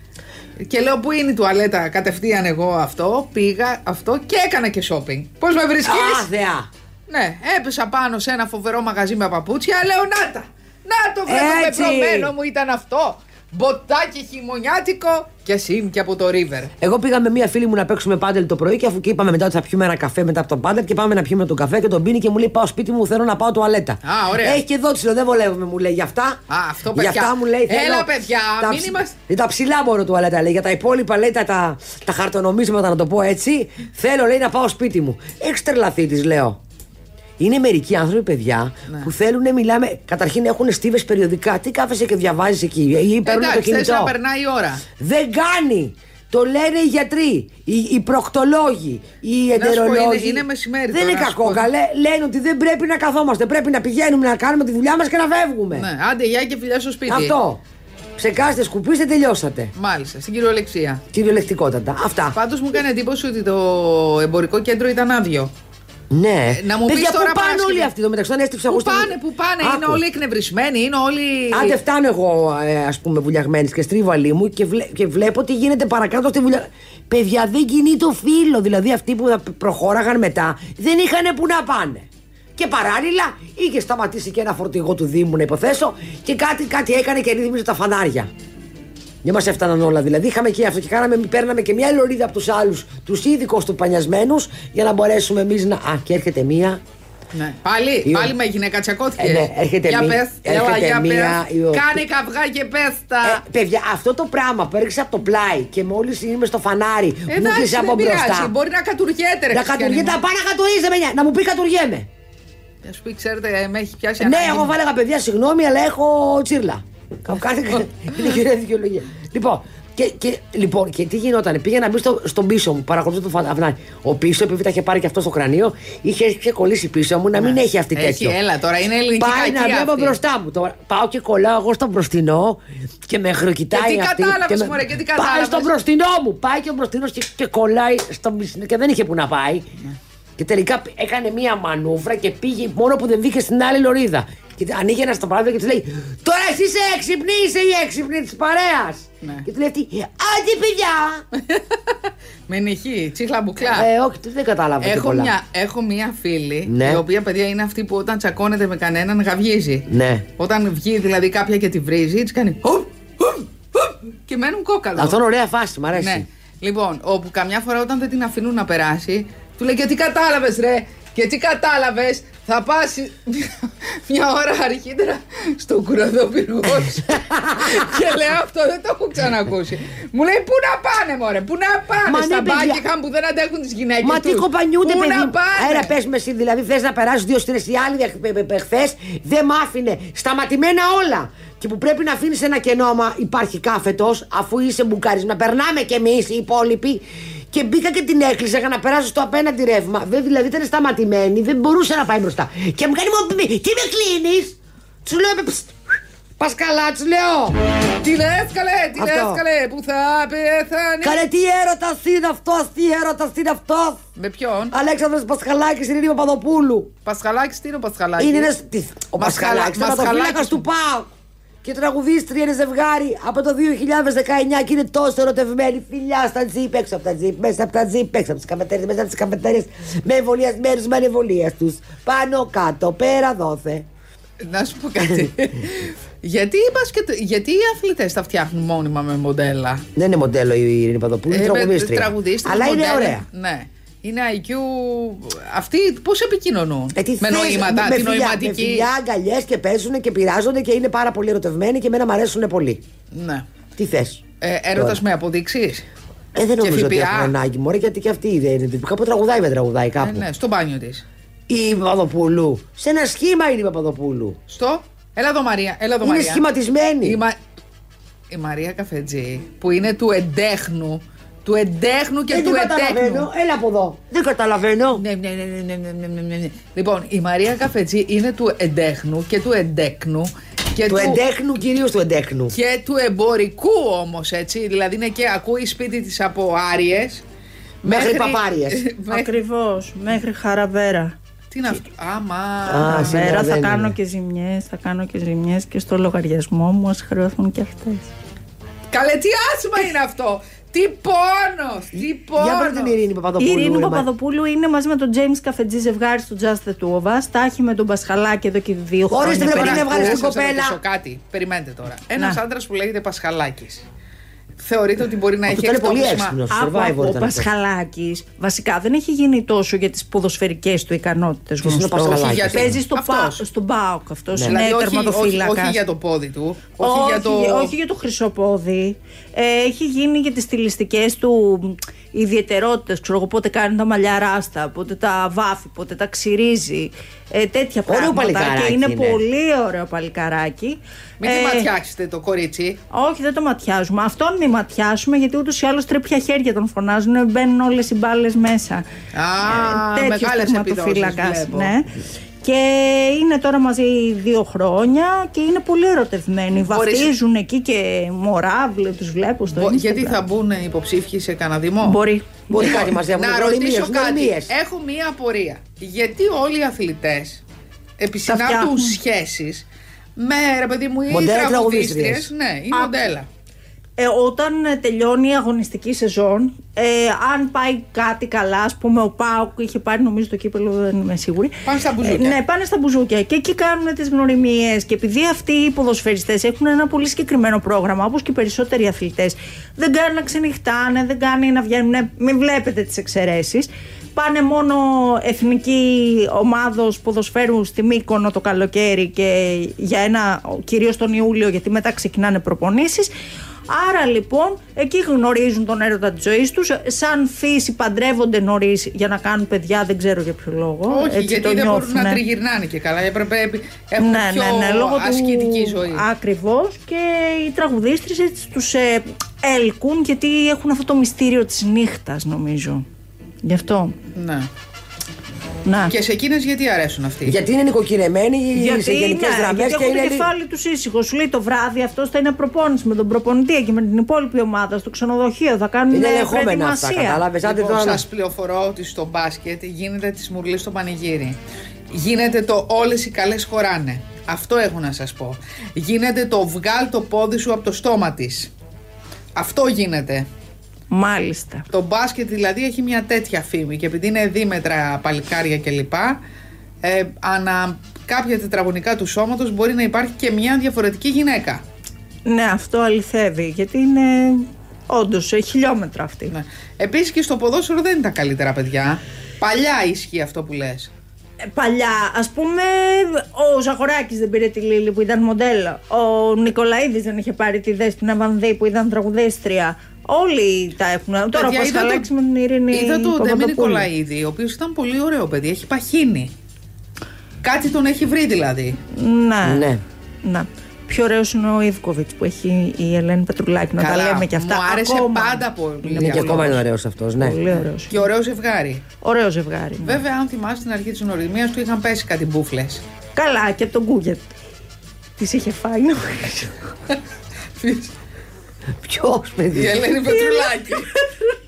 [SPEAKER 2] Και λέω πού είναι η τουαλέτα. Κατευθείαν εγώ αυτό. Πήγα αυτό και έκανα και shopping. Πώς με βρίσκεις.
[SPEAKER 3] Άθεα.
[SPEAKER 2] Ναι, έπεσα πάνω σε ένα φοβερό μαγαζί με παπούτσια. Λέω να τα. Να το βρε
[SPEAKER 3] Έτσι.
[SPEAKER 2] το πεπρωμένο μου ήταν αυτό. Μποτάκι χειμωνιάτικο και συν και από το River.
[SPEAKER 3] Εγώ πήγα με μία φίλη μου να παίξουμε πάντελ το πρωί και αφού και είπαμε μετά ότι θα πιούμε ένα καφέ μετά από τον πάντελ και πάμε να πιούμε τον καφέ και τον πίνει και μου λέει πάω σπίτι μου θέλω να πάω τουαλέτα.
[SPEAKER 2] Α, ωραία.
[SPEAKER 3] Έχει και δόξιλο, δεν βολεύομαι μου λέει για αυτά.
[SPEAKER 2] Α, αυτό, παιδιά.
[SPEAKER 3] Για αυτά μου λέει
[SPEAKER 2] Έλα,
[SPEAKER 3] θέλω.
[SPEAKER 2] παιδιά,
[SPEAKER 3] τα,
[SPEAKER 2] μην
[SPEAKER 3] ψ- ε,
[SPEAKER 2] είμαστε-
[SPEAKER 3] τα ψηλά μπορώ τουαλέτα λέει. Για τα υπόλοιπα λέει τα, τα, τα χαρτονομίσματα να το πω έτσι. Θέλω λέει να πάω σπίτι μου. Έχει τρελαθεί της λέω. Είναι μερικοί άνθρωποι, παιδιά,
[SPEAKER 2] Ναι.
[SPEAKER 3] που θέλουν, μιλάμε. Καταρχήν έχουν στίβες περιοδικά. Τι κάθεσαι και διαβάζεις εκεί, ή παίρνουν το
[SPEAKER 2] Εντάξει, θες
[SPEAKER 3] κινητό.
[SPEAKER 2] να περνάει η ώρα.
[SPEAKER 3] Δεν κάνει. Το λένε οι γιατροί, οι, οι προκτολόγοι, οι
[SPEAKER 2] Να σου πω,
[SPEAKER 3] εντερολόγοι.
[SPEAKER 2] είναι- είναι μεσημέρι
[SPEAKER 3] Δεν
[SPEAKER 2] τώρα,
[SPEAKER 3] είναι
[SPEAKER 2] να σου
[SPEAKER 3] κακό.
[SPEAKER 2] πω.
[SPEAKER 3] Καλέ, λένε ότι δεν πρέπει να καθόμαστε. Πρέπει να πηγαίνουμε να κάνουμε τη δουλειά μας και να φεύγουμε.
[SPEAKER 2] Ναι, άντε, γεια και φιλιά στο σπίτι.
[SPEAKER 3] Αυτό. Ψεκάστε, σκουπίστε, τελειώσατε.
[SPEAKER 2] Μάλιστα, στην κυριολεξία.
[SPEAKER 3] Κυριολεκτικότατα. Αυτά.
[SPEAKER 2] Πάντως μου έκανε εντύπωση ότι το εμπορικό κέντρο ήταν άδειο.
[SPEAKER 3] Ναι.
[SPEAKER 2] Ε, Να μου
[SPEAKER 3] Παιδιά,
[SPEAKER 2] πεις τώρα
[SPEAKER 3] πού πάνε
[SPEAKER 2] Παρασκευή.
[SPEAKER 3] όλοι αυτοί το μεταξύ. Τον έστριψα
[SPEAKER 2] Πού
[SPEAKER 3] εγώ στο-
[SPEAKER 2] πάνε, πού πάνε, είναι
[SPEAKER 3] Άκου.
[SPEAKER 2] όλοι εκνευρισμένοι, είναι όλοι.
[SPEAKER 3] Άντε φτάνω εγώ, ε, ας πούμε, βουλιαγμένης και στρίβαλή μου και, βλέ- και βλέπω τι γίνεται παρακάτω στη βουλιά. Παιδιά, δεν κινεί το φύλλο. Δηλαδή, αυτοί που θα προχώραγαν μετά δεν είχαν που να πάνε. Και παράλληλα, είχε σταματήσει και ένα φορτηγό του Δήμου, να υποθέσω, και κάτι, κάτι έκανε και ρύθμιζε τα φανάρια. Δεν μας έφταναν όλα. Δηλαδή, είχαμε και αυτό και κάναμε, παίρναμε και μια λωρίδα από τους άλλους, τους ήδη κοστοπανιασμένου, για να μπορέσουμε εμείς να. Α, και έρχεται μία
[SPEAKER 2] Ναι. Πάλι,
[SPEAKER 3] Ιω.
[SPEAKER 2] πάλι με γυναίκα τσακώθηκε.
[SPEAKER 3] Ε, ναι, έρχεται
[SPEAKER 2] για
[SPEAKER 3] μη-
[SPEAKER 2] πες,
[SPEAKER 3] έρχεται
[SPEAKER 2] έλα, για
[SPEAKER 3] μία
[SPEAKER 2] πες.
[SPEAKER 3] η οποία-
[SPEAKER 2] Κάνε καυγά και πέστα.
[SPEAKER 3] Ε, παιδιά, αυτό το πράγμα που έρχεσαι από το πλάι και μόλις είμαι στο φανάρι, μου
[SPEAKER 2] Ε, Εντάξει,
[SPEAKER 3] έρχεσαι
[SPEAKER 2] δεν
[SPEAKER 3] από
[SPEAKER 2] πειράζει.
[SPEAKER 3] μπροστά.
[SPEAKER 2] Μπορεί να κατουργέται, ρε
[SPEAKER 3] Να
[SPEAKER 2] Χριστιανή
[SPEAKER 3] κατουργείται, να
[SPEAKER 2] μου.
[SPEAKER 3] πάει να κατουργίζεται, παιδιά, να μου πει κατουργέμαι.
[SPEAKER 2] Να σου πει, ξέρετε, ε, με έχει πιάσει
[SPEAKER 3] Ναι,
[SPEAKER 2] ανάγκη.
[SPEAKER 3] εγώ βάλεγα παιδιά, συγγνώμη, αλλά έχω τσίρλα. Κάτι είναι κυρία δικαιολογία. Λοιπόν, και, και, λοιπόν, και τι γινότανε, πήγαινα μπει στο, στον πίσω μου, παρακολουθώ το φανάρι. Ο πίσω, επειδή τα είχε πάρει και αυτός στο κρανίο, είχε ξεκολλήσει πίσω μου να μην έχει αυτή
[SPEAKER 2] Έχει,
[SPEAKER 3] τέτοιο.
[SPEAKER 2] έλα τώρα, είναι ελληνική
[SPEAKER 3] Πάει να
[SPEAKER 2] κακία
[SPEAKER 3] βλέπω
[SPEAKER 2] αυτή.
[SPEAKER 3] μπροστά μου. Τώρα πάω και κολλάω εγώ στο μπροστινό και με χροκοιτάει.
[SPEAKER 2] Και τι
[SPEAKER 3] αυτή,
[SPEAKER 2] κατάλαβες,
[SPEAKER 3] με-
[SPEAKER 2] μωρέ, και τι
[SPEAKER 3] Πάει
[SPEAKER 2] κατάλαβες.
[SPEAKER 3] στο μπροστινό μου. Πάει και ο μπροστινός και, και κολλάει στο μπροστινό και δεν είχε που να πάει.
[SPEAKER 2] Ναι.
[SPEAKER 3] Και τελικά π- έκανε μία μανούβρα και πήγε μόνο που δεν βγήκε στην άλλη λωρίδα. Και ανοίγει ένα στο παράδειγμα και της λέει: Τώρα εσύ είσαι έξυπνη, είσαι η έξυπνη της παρέας.
[SPEAKER 2] Ναι.
[SPEAKER 3] Και της λέει αυτή: Άντε, παιδιά!
[SPEAKER 2] Με νυχή, τσίχλα μπουκλά.
[SPEAKER 3] ε, όχι, δεν κατάλαβα. και
[SPEAKER 2] Έχω
[SPEAKER 3] πολλά.
[SPEAKER 2] μια, έχω μια φίλη,
[SPEAKER 3] Ναι.
[SPEAKER 2] η οποία παιδιά είναι αυτή που όταν τσακώνεται με κανέναν γαυγίζει.
[SPEAKER 3] Ναι.
[SPEAKER 2] Όταν βγει δηλαδή κάποια και τη βρίζει, της κάνει. «Χουμ, χουμ, χουμ» και μένουν κόκαλο.
[SPEAKER 3] Αυτό είναι ωραία φάση, μου αρέσει.
[SPEAKER 2] ναι. Λοιπόν, όπου καμιά φορά όταν δεν την αφήνουν να περάσει, του λέει και τι κατάλαβες, ρε, και τι κατάλαβες, θα πας μια ώρα αρχίτερα στον κουραδόπυργό σου. και λέω αυτό δεν το έχω ξανακούσει. Μου λέει πού να πάνε, μωρέ, πού να πάνε
[SPEAKER 3] Μα
[SPEAKER 2] στα
[SPEAKER 3] ναι, παιδιά.
[SPEAKER 2] μπάκιχαμ που δεν αντέχουν τις γυναίκες.
[SPEAKER 3] Μα τι
[SPEAKER 2] Ε,
[SPEAKER 3] κοπανιούνται,
[SPEAKER 2] πού
[SPEAKER 3] παιδί.
[SPEAKER 2] να
[SPEAKER 3] μου.
[SPEAKER 2] πάνε.
[SPEAKER 3] Άρα πες με εσύ, δηλαδή θες να περάσει δύο στρες. Οι άλλοι χθε ε, δεν μ' άφηνε. Σταματημένα όλα. Και που πρέπει να αφήνεις ένα κενό, άμα υπάρχει κάφετο, αφού είσαι μπουκάρι. Να περνάμε κι εμείς οι υπόλοιποι. Και μπήκα και την έκλεισα για να περάσω στο απέναντι ρεύμα. Δεν, δηλαδή ήταν σταματημένη, δεν μπορούσε να πάει μπροστά. Και μου «Ε, κάνει μόνο. Τι με κλείνεις! Τους λέω, πας καλά, τους λέω.
[SPEAKER 2] Την έσκαλε, την
[SPEAKER 3] Αυτό.
[SPEAKER 2] έσκαλε που θα πεθάνει.
[SPEAKER 3] Καλέ τι έρωτας είναι αυτός, τι έρωτας είναι αυτός.
[SPEAKER 2] Με ποιον.
[SPEAKER 3] Αλέξανδρος Πασχαλάκης είναι η Παπαδοπούλου.
[SPEAKER 2] Πασχαλάκης, τι είναι ο Πασχαλάκης.
[SPEAKER 3] Είναι ένας... τι- Ο
[SPEAKER 2] Πασχαλά- Πασχαλάκης.
[SPEAKER 3] Πασχαλάκης, τερματοφύλακας του ΠΑΟΚ. Και τραγουδίστρια είναι ζευγάρι από το 2019 και είναι τόσο ερωτευμένοι. Φιλιά στα τζιπ, έξω από τα τζιπ, μέσα από τα τζιπ, έξω από τις καφετέρειε, μέσα από τις καφετέρειε. Με εμβολιασμένου, με ανεβολία τους. Πάνω κάτω, πέρα δόθε.
[SPEAKER 2] Να σου πω κάτι. γιατί, οι μπασκετ... γιατί οι αθλητές τα φτιάχνουν μόνιμα με μοντέλα.
[SPEAKER 3] Δεν είναι μοντέλο η Ειρήνη Παπαδοπούλου, είναι
[SPEAKER 2] Ε, με-
[SPEAKER 3] τραγουδίστρια.
[SPEAKER 2] τραγουδίστρια,
[SPEAKER 3] Αλλά είναι
[SPEAKER 2] μοντέλα.
[SPEAKER 3] ωραία.
[SPEAKER 2] Ναι. Είναι IQ. Αυτοί πώς επικοινωνούν.
[SPEAKER 3] Ε, τι
[SPEAKER 2] με
[SPEAKER 3] θες,
[SPEAKER 2] νοήματα, τη
[SPEAKER 3] φιλιά, Με
[SPEAKER 2] νοηματική.
[SPEAKER 3] φιλιά, αγκαλιές και παίζουν και πειράζονται και είναι πάρα πολύ ερωτευμένοι και εμένα μου αρέσουν πολύ.
[SPEAKER 2] Ναι.
[SPEAKER 3] Τι θες.
[SPEAKER 2] Ε, Έρωτας με αποδείξεις.
[SPEAKER 3] Ε, δεν
[SPEAKER 2] Και
[SPEAKER 3] νομίζω ότι
[SPEAKER 2] ΦΠΑ.
[SPEAKER 3] έχουν ανάγκη, μωρέ, γιατί και αυτή δεν είναι. Κάπου τραγουδάει με τραγουδάει
[SPEAKER 2] Ε,
[SPEAKER 3] κάπου.
[SPEAKER 2] ναι, στο μπάνιο της.
[SPEAKER 3] Η Παπαδοπούλου. Σε ένα σχήμα είναι η Παπαδοπούλου.
[SPEAKER 2] Στο. Έλα εδώ Μαρία. Έλα εδώ
[SPEAKER 3] είναι
[SPEAKER 2] Μαρία.
[SPEAKER 3] σχηματισμένη.
[SPEAKER 2] Η, Μα... η Μαρία Καφετζή που είναι του εντέχνου. Του εντέχνου και
[SPEAKER 3] Ε, Δεν
[SPEAKER 2] του
[SPEAKER 3] την
[SPEAKER 2] ετέχνου.
[SPEAKER 3] καταλαβαίνω. Έλα από εδώ. Δεν καταλαβαίνω.
[SPEAKER 2] Ναι, ναι, ναι, ναι, ναι, ναι, ναι, ναι, ναι. Λοιπόν, η Μαρία Καφετζή είναι του εντέχνου και του εντέκνου. Και
[SPEAKER 3] Του εντέχνου, κυρίως του εντέχνου.
[SPEAKER 2] και του εμπορικού όμως, έτσι. Δηλαδή είναι και ακούει σπίτι της από άριες.
[SPEAKER 3] Μέχρι παπάριες.
[SPEAKER 4] Ναι. Ακριβώς, μέχρι χαραβέρα.
[SPEAKER 2] Τι είναι αυτό. Άμα.
[SPEAKER 3] Α, σήμερα
[SPEAKER 4] Χαραβέρα, θα
[SPEAKER 3] δεν
[SPEAKER 4] κάνω
[SPEAKER 3] είναι.
[SPEAKER 4] και ζημιές, θα κάνω και ζημιές και στο λογαριασμό μου ας χρεωθούν και αυτέ.
[SPEAKER 2] Καλέ, τι άσμα είναι αυτό. Τι πόνος. Τι Ναι, πόνο.
[SPEAKER 3] Για πάρε την Ειρήνη
[SPEAKER 4] Η
[SPEAKER 3] Παπαδοπούλου.
[SPEAKER 4] Ειρήνη
[SPEAKER 3] ρε, μα-
[SPEAKER 4] Παπαδοπούλου είναι μαζί με τον James Καφετζή ζευγάρι του Just the Two of Us. Τα έχει με τον Πασχαλάκη εδώ και δύο
[SPEAKER 3] Ορίστε,
[SPEAKER 4] χρόνια.
[SPEAKER 3] βρε,
[SPEAKER 4] περίπου.
[SPEAKER 3] Μαρία, βγάλε
[SPEAKER 2] Να
[SPEAKER 3] την
[SPEAKER 2] σας
[SPEAKER 3] κοπέλα.
[SPEAKER 2] ρωτήσω κάτι. Περιμένετε τώρα. Ένας
[SPEAKER 4] Να.
[SPEAKER 2] άντρας που λέγεται Πασχαλάκης. Θεωρείτε ότι μπορεί να
[SPEAKER 3] Αυτό
[SPEAKER 2] έχει
[SPEAKER 3] ήταν πολύ
[SPEAKER 2] εκτόπισμα.
[SPEAKER 3] έξυπνος.
[SPEAKER 4] Άκου,
[SPEAKER 3] Survivor
[SPEAKER 4] άκου, ο
[SPEAKER 3] ήταν αυτό.
[SPEAKER 4] Πασχαλάκης βασικά δεν έχει γίνει τόσο για τις ποδοσφαιρικές του ικανότητες
[SPEAKER 3] είναι ο Πασχαλάκης. Ναι.
[SPEAKER 4] γνωστό.
[SPEAKER 2] Γιατί-
[SPEAKER 4] Παίζει στο, πα,
[SPEAKER 2] αυτός.
[SPEAKER 4] στον Πάοκ αυτός.
[SPEAKER 2] Δηλαδή,
[SPEAKER 4] Είναι
[SPEAKER 2] όχι, όχι,
[SPEAKER 4] τερματοφύλακας.
[SPEAKER 2] όχι για το πόδι του. Όχι, για το.
[SPEAKER 4] όχι για το χρυσοπόδι. Ε, έχει γίνει για τις στιλιστικές του ιδιαιτερότητες. Ξέρω εγώ πότε κάνει τα μαλλιά ράστα, πότε τα βάφει, πότε τα ξυρίζει. Ε, τέτοια
[SPEAKER 3] Ωραίο
[SPEAKER 4] πράγματα.
[SPEAKER 3] παλικάράκι
[SPEAKER 4] Και είναι,
[SPEAKER 3] είναι.
[SPEAKER 4] πολύ ωραίο παλικάράκι.
[SPEAKER 2] Μην
[SPEAKER 4] Ε,
[SPEAKER 2] τη ματιάξετε το κορίτσι.
[SPEAKER 4] Όχι, δεν το ματιάζουμε. Αυτόν μη ματιάσουμε γιατί ούτως ή άλλως τρέπια χέρια τον φωνάζουν. Μπαίνουν όλες οι μπάλες μέσα.
[SPEAKER 2] Α,
[SPEAKER 4] τέτοιος
[SPEAKER 2] μεγάλες
[SPEAKER 4] τερματοφύλακας,
[SPEAKER 2] επιδόσεις βλέπω.
[SPEAKER 4] Ναι. Και είναι τώρα μαζί δύο χρόνια και είναι πολύ ερωτευμένοι.
[SPEAKER 2] Μπορείς-
[SPEAKER 4] Βαφτίζουν εκεί και μωρά, τους βλέπω στο
[SPEAKER 2] Μπο-
[SPEAKER 4] Instagram.
[SPEAKER 2] Γιατί θα μπουν υποψήφιοι σε κανένα δημό.
[SPEAKER 4] Μπορεί.
[SPEAKER 3] Μπορεί κάτι μαζί από
[SPEAKER 2] Να
[SPEAKER 3] την
[SPEAKER 2] ρωτήσω κάτι.
[SPEAKER 3] ηρωνία.
[SPEAKER 2] Έχω μία απορία. Γιατί όλοι οι αθλητές επισυνάπτουν
[SPEAKER 4] φτιάχνουν.
[SPEAKER 2] σχέσεις με ρε παιδί μου ή
[SPEAKER 3] Μοντέλα
[SPEAKER 2] τραγουδίστριες
[SPEAKER 3] τραγουδίστριες.
[SPEAKER 2] Ναι, ή
[SPEAKER 4] Α.
[SPEAKER 2] μοντέλα.
[SPEAKER 4] Ε, όταν ε, τελειώνει η αγωνιστική σεζόν, ε, αν πάει κάτι καλά, ας πούμε, ο Πάουκ είχε πάρει νομίζω το κύπελο, δεν είμαι σίγουρη.
[SPEAKER 2] Πάνε στα μπουζούκια.
[SPEAKER 4] Ε, ναι, πάνε στα μπουζούκια και εκεί κάνουν τις γνωριμίες. Και επειδή αυτοί οι ποδοσφαιριστές έχουν ένα πολύ συγκεκριμένο πρόγραμμα, όπως και οι περισσότεροι αθλητές, δεν κάνουν να ξενυχτάνε, δεν κάνει να βγαίνουν. Μην βλέπετε τις εξαιρέσεις. Πάνε μόνο εθνική ομάδος ποδοσφαίρους στη Μύκονο το καλοκαίρι και για ένα, κυρίως τον Ιούλιο γιατί μετά ξεκινάνε προπονήσεις. Άρα λοιπόν εκεί γνωρίζουν τον έρωτα της ζωής τους Σαν φύση παντρεύονται νωρίς για να κάνουν παιδιά δεν ξέρω για ποιο λόγο
[SPEAKER 2] Όχι,
[SPEAKER 4] Έτσι το
[SPEAKER 2] γιατί δεν μπορούν να
[SPEAKER 4] νιώθουνε.
[SPEAKER 2] τριγυρνάνε και καλά. Έπρεπε επι- έχουν
[SPEAKER 4] Ναι,
[SPEAKER 2] πιο
[SPEAKER 4] ναι, ναι, λόγω του-
[SPEAKER 2] ασκητική ζωή.
[SPEAKER 4] Ακριβώς και οι τραγουδίστρες έτσι τους ε, έλκουν γιατί έχουν αυτό το μυστήριο της νύχτας νομίζω. Γι' αυτό.
[SPEAKER 2] Ναι.
[SPEAKER 4] Να.
[SPEAKER 2] Και σε εκείνες γιατί αρέσουν αυτοί.
[SPEAKER 3] Γιατί είναι νοικοκυρεμένοι σε γενικές
[SPEAKER 4] είναι,
[SPEAKER 3] γραμμές
[SPEAKER 4] γιατί
[SPEAKER 3] και
[SPEAKER 4] έχουν
[SPEAKER 3] είναι.
[SPEAKER 4] το
[SPEAKER 3] λίγο-
[SPEAKER 4] κεφάλι τους ήσυχος. Σου λέει το βράδυ αυτός θα είναι προπόνηση με τον προπονητή και με την υπόλοιπη ομάδα στο ξενοδοχείο. Θα κάνουν
[SPEAKER 3] Είναι
[SPEAKER 4] ε,
[SPEAKER 3] ελεγχόμενα αυτά,
[SPEAKER 4] προετοιμασία.
[SPEAKER 3] κατάλαβες. Άντε τώρα. να-
[SPEAKER 2] Σας Λοιπόν, πληροφορώ ότι στο μπάσκετ γίνεται της μουρλής στο πανηγύρι. Γίνεται το όλες οι καλές χωράνε. Αυτό έχω να σας πω. Γίνεται το βγάλ το πόδι σου από το στόμα της. Αυτό γίνεται.
[SPEAKER 4] Μάλιστα.
[SPEAKER 2] Το μπάσκετ δηλαδή έχει μια τέτοια φήμη και επειδή είναι δίμετρα παλικάρια κλπ. Ε, ανα κάποια τετραγωνικά του σώματος μπορεί να υπάρχει και μια διαφορετική γυναίκα.
[SPEAKER 4] Ναι, αυτό αληθεύει. Γιατί είναι όντως χιλιόμετρα αυτή.
[SPEAKER 2] Ναι. Επίσης και στο ποδόσφαιρο δεν είναι τα καλύτερα παιδιά. Παλιά ισχύει αυτό που λες.
[SPEAKER 4] Ε, παλιά, ας πούμε, ο Ζαχοράκη δεν πήρε τη Λίλη που ήταν μοντέλο. Ο Νικολαίδης δεν είχε πάρει τη Δέσπινα Βανδύ που ήταν τραγουδίστρια. Όλοι τα έχουν. Τώρα ο
[SPEAKER 2] Παιδιά, είδα το-
[SPEAKER 4] Πασχαλάκης με την Ειρήνη.
[SPEAKER 2] Είδα το Ντέμι
[SPEAKER 4] Παπαδοπούλου.
[SPEAKER 2] Νικολαίδη, ο οποίος ήταν πολύ ωραίο παιδί. Έχει παχύνει. Κάτι τον έχει βρει δηλαδή.
[SPEAKER 4] Ναι.
[SPEAKER 3] Ναι.
[SPEAKER 4] ναι. Πιο ωραίος είναι ο Ιβκοβιτ που έχει η Ελένη Πετρουλάκη. Να τα
[SPEAKER 2] Καλά.
[SPEAKER 4] λέμε και αυτά.
[SPEAKER 2] Μου άρεσε
[SPEAKER 4] Ακόμα.
[SPEAKER 2] πάντα πολύ.
[SPEAKER 3] Είναι και
[SPEAKER 2] Πολύ
[SPEAKER 3] ακόμα είναι
[SPEAKER 2] ωραίος.
[SPEAKER 3] ωραίος αυτός, ναι.
[SPEAKER 4] Πολύ ωραίος.
[SPEAKER 2] Και ωραίο ζευγάρι.
[SPEAKER 4] Ωραίο ζευγάρι. ναι.
[SPEAKER 2] Βέβαια, αν θυμάσαι στην αρχή της γνωριμία του είχαν πέσει κάτι μπουφλε.
[SPEAKER 4] Καλά, και από τον Κούγετ. Τη είχε φάει.
[SPEAKER 2] Ποιος?
[SPEAKER 3] Ποιο
[SPEAKER 2] Η
[SPEAKER 3] παιδί.
[SPEAKER 2] Ελένη Πετρουλάκη.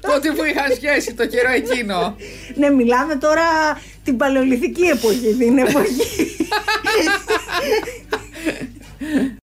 [SPEAKER 2] Τότε που είχαν σχέση το καιρό εκείνο.
[SPEAKER 4] Ναι, μιλάμε τώρα την παλαιολιθική εποχή, την εποχή